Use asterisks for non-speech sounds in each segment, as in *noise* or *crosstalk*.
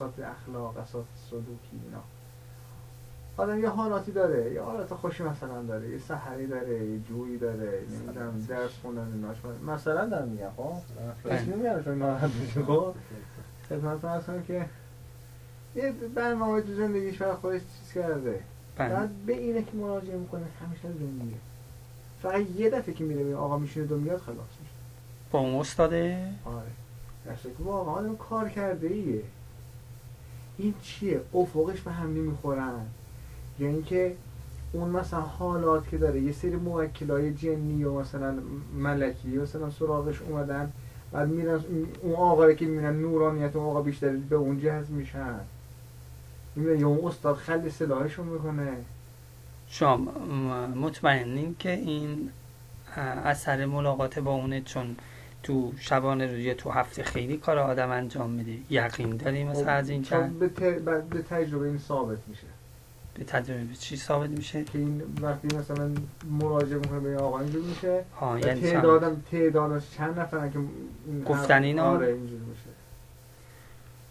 اساس اخلاق اساس سلوکی اینا آدم یه حالاتی داره یه حالات خوشی مثلا داره یه سحری داره یه جویی داره نمیدونم درس خوندن ایناش مثلا دارم میگم خب اسمی میارم چون ناراحت میشه خب خدمتتون هستم که یه برنامه تو زندگیش برای خودش چیز کرده بله. بعد به اینه که مراجعه میکنه همیشه رو میگه فقط یه دفعه که میره آقا میشینه دو میاد خلاص میشه با اون استاده آره درسته که واقعا اون کار کرده ایه این چیه افقش به هم نمیخورن یا اینکه اون مثلا حالات که داره یه سری موکلای جنی و مثلا ملکی مثلا سراغش اومدن بعد میرن اون آقا رو که میبینن نورانیت اون آقا بیشتر به اون جهت میشن میبینن یا اون استاد خل سلاحشون میکنه شما مطمئنین که این اثر ملاقات با اونه چون تو شبانه روز یا تو هفته خیلی کار آدم انجام میده یقین داریم مثلا از این چند خب، به, ت... به تجربه این ثابت میشه به تجربه به چی ثابت میشه که این وقتی مثلا مراجعه میکنه به آقا اینجور میشه ها یعنی یعنی تعدادم تعدادش چند نفرن که این گفتن اینا؟ آره اینجور میشه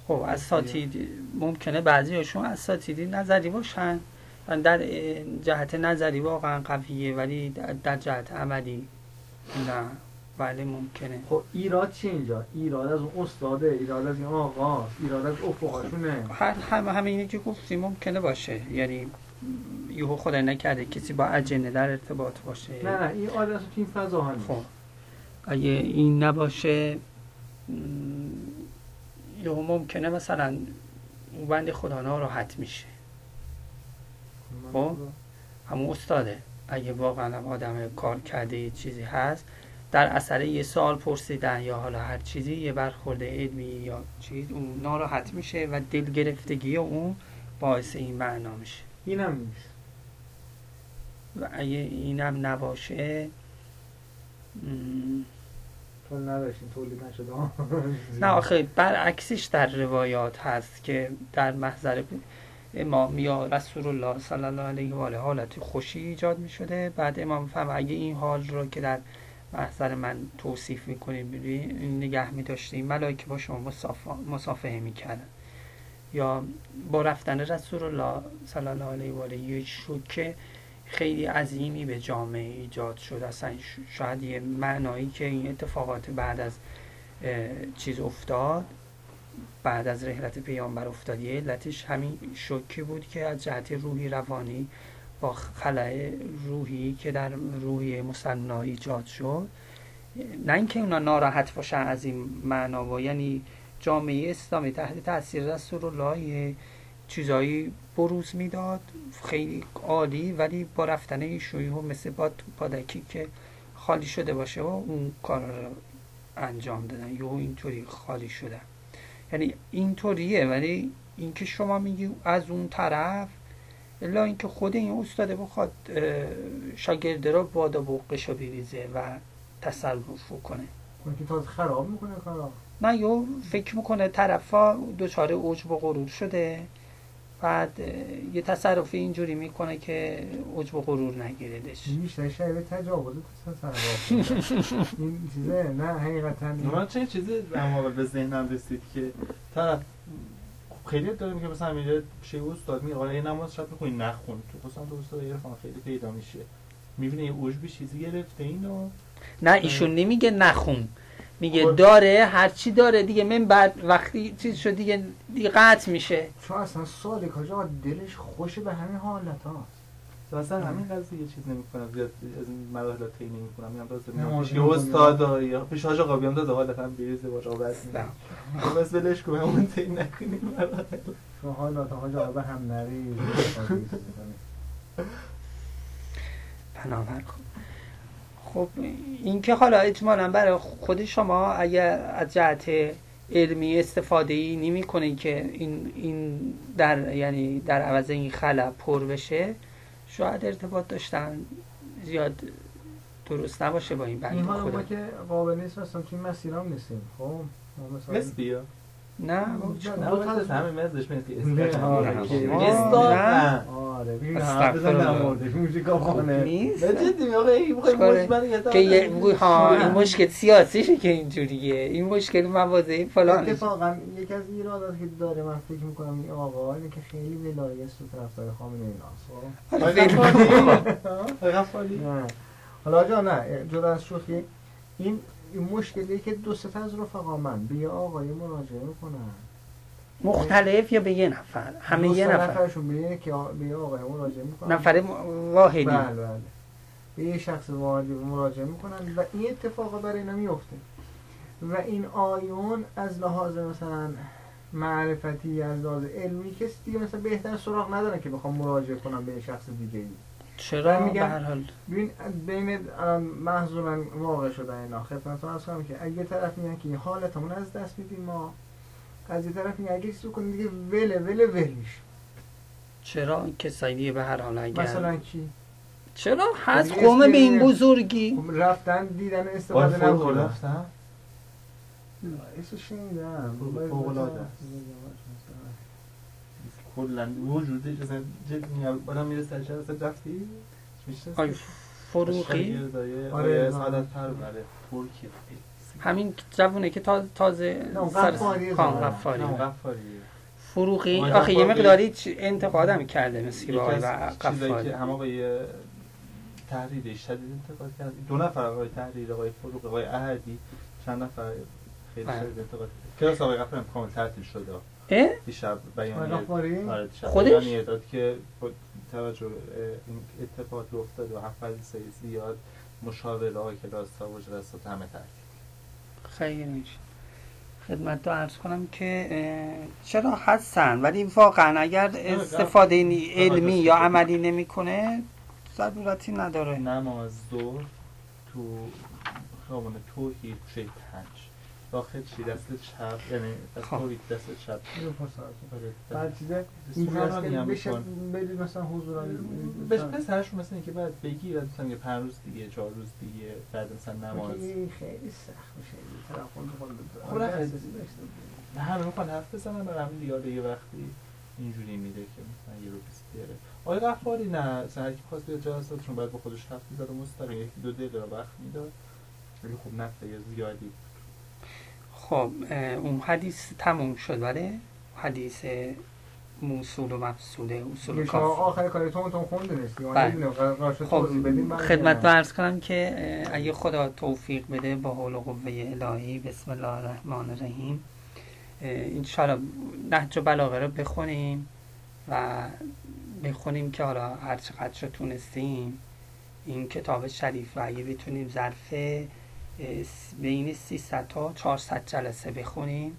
خب اساتید ممکنه بعضی هاشون اساتیدی نظری باشن و در جهت نظری واقعا قویه ولی در- در جهت عملی نه ولی ممکنه خب ایراد چی اینجا ایراد از اون استاده ایراد از این آقاست ایراد از افقشونه هر هم همینی که گفتی ممکنه باشه یعنی یهو خدا نکرده کسی با اجنه در ارتباط باشه نه نه این آدرس تو این فضا ها نیست خب اگه این نباشه م، یهو ممکنه مثلا اون بند خدا ناراحت میشه خب. همون استاده اگه واقعا هم آدم کار کرده یه چیزی هست در اثر یه سال پرسیدن یا حالا هر چیزی یه برخورد علمی یا چیز اون ناراحت میشه و دل گرفتگی اون باعث این معنا میشه اینم نیست و اگه اینم نباشه م، تو نداشتین تولید نشده *laughs* ها. نه آخه برعکسش در روایات هست که در محضر امام یا رسول الله صلی الله علیه و آله حالت خوشی ایجاد می شده بعد امام فهم اگه این حال را که در محضر من توصیف می نگه می داشتیم ملائکه با شما مصافحه- مصافحه می یا با رفتن رسول الله صلی الله علیه و آله یه شوکه خیلی عظیمی به جامعه ایجاد شد اصلا ش- شاید یه معنایی که این اتفاقات بعد از اه، چیز افتاد بعد از رحلت پیامبر افتاد یه علتش همین شوکی بود که از جهت روحی روانی با خلع روحی که در روحی مسنا ایجاد شد نه اینکه اونا ناراحت باشن از این معنا با یعنی جامعه اسلامی تحت تاثیر رسول الله یه چیزایی بروز میداد خیلی عالی ولی با رفتن این شیوع مثل باد تو پادکی که خالی شده باشه و اون کارا رو انجام دادن یا اینطوری خالی شدن یعنی اینطوریه ولی اینکه شما میگی از اون طرف الا اینکه خود این استاده بخواد اه، شاگرده را بادا بوقشا بریزه و تصرف کنه اون که تازه خراب میکنه کارا نه یا فکر میکنه طرفا دچار عجب و غرور شده بعد اه، یه تصرفی اینجوری میکنه که عجب و غرور نگیردش بیشتر شبیه تجاوز تو سر *laughs* واقع. این چیزه نه حقیقتا این- من چه چیزی در مقابل به ذهنم رسید که طرف خیلی داریم که مثلا میره شیعه استاد میگه حالا یه نماز شب میخونی نخون تو خواستم تو استاد عرفان خیلی پیدا میشه میبینه یه عجبی چیزی گرفته اینو نه ایشون نمیگه نخون میگه خب. داره هرچی داره دیگه من بعد وقتی چیز شد دیگه, دیگه قطع میشه چون اصلا ساده کاجا دلش خوش به همین حالت ها مثلا همین قضیه یه چیز نمیکنم زیاد از این مراحل طی نمیکنم میرم داده میرم نماز پیش یه می‌خونی. استاد یا پیش حاج آقا بیام داده حالا هم بریزه با آقا بس بس ولش کن اون طی *laughs* نکنیم مراحل چون حالت ها جا به هم *laughs* نری بنابر خب این که حالا اجمالا برای خود شما اگر از جهت علمی استفاده ای نمی که این, این در یعنی در عوض این خلا پر بشه شاید ارتباط داشتن زیاد درست نباشه با این این بند حالا یعنی ما خدا که قابل نیست مثلا توی مسیرام نیستیم خب ما مثلا مس بیا نه بابا، چیکار؟ نه نه، البته همه مزدش میاد که نه، اسم آره، نه، که- استاد نه. نه آره. آره بگیم حرف بزن در استغفرالله. موردش موسیقا خب، خانه نیست نه جدی آقا این می‌خوای چیکاره؟ مش من یه که یه دفعه- ها این مشکل سیاسیشه که اینجوریه این مشکل مواضع این فلان اتفاقا یکی از ایراداتی که داره من فکر میکنم این آقا اینه که خیلی ولایت و طرفدار خامنه اینا آقای خیلی غفاری؟ آقای غفاری؟ نه حالا جا نه جدا از شوخی این این مشکلیه که دو سه تا از رفقا من به یه آقای مراجعه میکنن مختلف یا به یه نفر همه دو یه سه نفر نفرشون به یه که آ- به یه آقای مراجعه میکنن نفر واحدی بله بله به یه شخص مراجعه مراجعه میکنن و این اتفاق برای اینا میفته و این آیون از لحاظ مثلا معرفتی از لحاظ علمی کسی دیگه مثلا بهتر سراغ نداره که بخوام مراجعه کنم به یه شخص دیگه ای چرا من میگم- به هر حال ببین بین الان محضورن واقع شده اینا خدمتتون عرض کنم که از یه طرف میگن که این حالتمون از دست میدیم ما از یه طرف میگن اگه چیزی کنیم دیگه وله وله ولیش چرا کسایی دیگه به هر حال اگر مثلا کی چرا هست دیگه قوم اسم به این نمیاد. بزرگی خب رفتن دیدن آقای استفاده فروغ نکنن آره، رفتن؟ اسمش شنیدم فوق- فوق‌العاده است. کلا وجودش اصلا جدی آدم میره سرش اصلا رفتی میشناسی؟ آی فروغی شاگرد آیه- آره، آیه نه. سعادت پر بله ترکیه همین جوونه که تا- تازه نه، سر غفاری خان زمان. غفاری نه، غفاریه. فروغی آقای آخه یه غفاری- مقداری چ- انتقادم کرده مثل که یکی به آقای از چیزایی غفاری که همه آقای تحریر شدید انتقاد کرد دو نفر آقای تحریر آقای فروغ آقای احدی چند نفر خیلی بله. شدید انتقاد کرد کلاس آقای غفاری هم کامل تعطیل شده اه؟ دیشب بیانیه غفاری؟ آره دیشب خودش؟ بیانیه داد که با توجه به این اتفاقات که افتاد و افراد سری زیاد مشاوره ها کلاس ها و جلسات همه تعطیل خیر میشه خدمت رو عرض کنم که اه، چرا هستن ولی واقعا اگر استفاده این علمی یا عملی نمیکنه ضرورتی نداره نماز ظهر تو خیابان توحید کوچه پنج داخل چی دست چپ یعنی از خب. توحید دست چپ اینو پرسنل. آره، بعد چیزه اینجوری سخنرانی است که هم بشه می‌کنه. بری مثلا حضورانی بهش پسرش مثل اینکه بعد بگی بعد مثلا یه پنج روز دیگه چهار روز دیگه بعد مثلا نماز این خیلی سخت میشه این طرف اون طرف. خب، نه، دست خیلی- داشته. نه همه میخوان حرف بزنن برای همین دیگه حالا یه وقتی اینجوری میده که مثلا یه رو بیست دقیقه آقای غفاری نه مثلا هر کی خواست بیاد جلساتشون باید با خودش حرف میزد و مستقیم یکی دو دقیقه وقت میداد ولی خب نفت زیادی خب اه، اون حدیث تموم شد بله حدیث موصول و مفصول شما اصول کاف آخر کاری تون تون خونده نیستی بله. خب خب خدمت رو عرض کنم که اه، اگه خدا توفیق بده با حول و قوه الهی بسم الله الرحمن الرحیم اه، انشالله نهج و بلاغه رو بخونیم و بخونیم که حالا هر چقدر رو تونستیم این کتاب شریف رو اگه بتونیم ظرف اه، س- بین 300 تا 400 جلسه بخونیم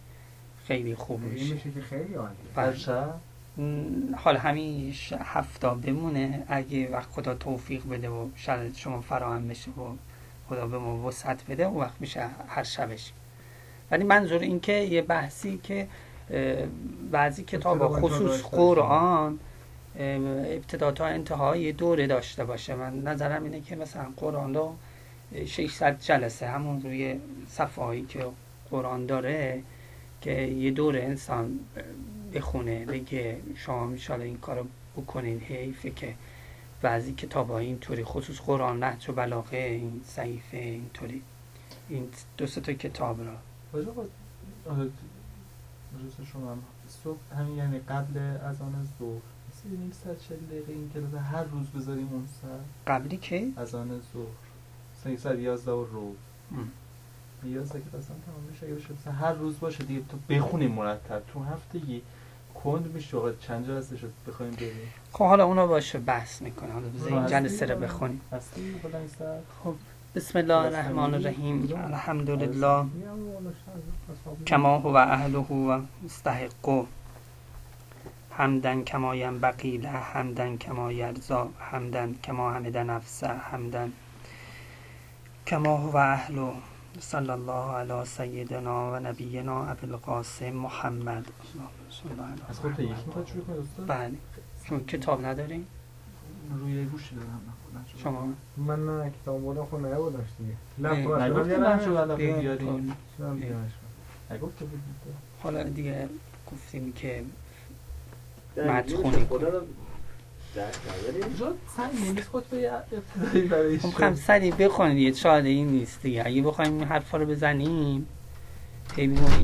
خیلی خوب میشه میشه که خیلی عالیه بله. هر شب م، حال همین ش- هفته بمونه اگه وقت خدا توفیق بده و شرایط شما فراهم بشه و خدا به ما وسعت بده اون وقت میشه هر شبش ولی منظور این که یه بحثی که اه، بعضی کتاب ابتدا و انتها خصوص داشته باشه. قرآن اه، ابتدا تا انتهای یه دوره داشته باشه من نظرم اینه که مثلا قرآن رو 600 جلسه همون روی صفحه هایی که قرآن داره که یه دور انسان بخونه بگه شما میشاله این کارو بکنین حیفه که بعضی کتاب های اینطوری خصوص قرآن نهج و بلاغه این صحیفه اینطوری این دو سه تا کتاب را راجع با آره، روز شما هم صبح همین یعنی قبل از آن ظهر مثل نیم ساعت چل دقیقه این کلاس هر روز بذاریم اون سر قبلی که از آن ظهر مثلا یک ساعت یازده و رو ام. یازده که اصلا تمام میشه اگه بشه مثلا هر روز باشه دیگه تو بخونیم مرتب تو هفتگی کند میشه آقا چند جلسه شد بخوایم بریم خب حالا اونا باشه بحث میکنه حالا بذار این بحث جلسه رو می‌کنه. بخونیم هستی بلند سر خب بسم الله الرحمن الرحیم الحمدلله كما هو أهله ومستحقه حمدا كما ينبغي له حمدا كما يرضى حمدا كما حمد نفسه حمدا كما هو أهله صلى الله على سيدنا ونبينا أبي القاسم محمد اللهم صل على از خودت یکی میخواد شروع کنی استاد بله چون کتاب نداریم روی گوش دارم نه، خب، شما من نه کتاب بردم خونه نبردمش دیگه نه، لپ نگفتی بردم، نه، شما یادمه. الان بیاریم. شدم نه. بیارمش. نگفت که بود. حالا دیگه گفتیم که مدخونی ولی اینجا سعی نیست خطبه ابتدایی برای خب خم سری بخونید یه چاره این نیست دیگه اگه بخوایم این حرفا رو بزنیم هی می‌گم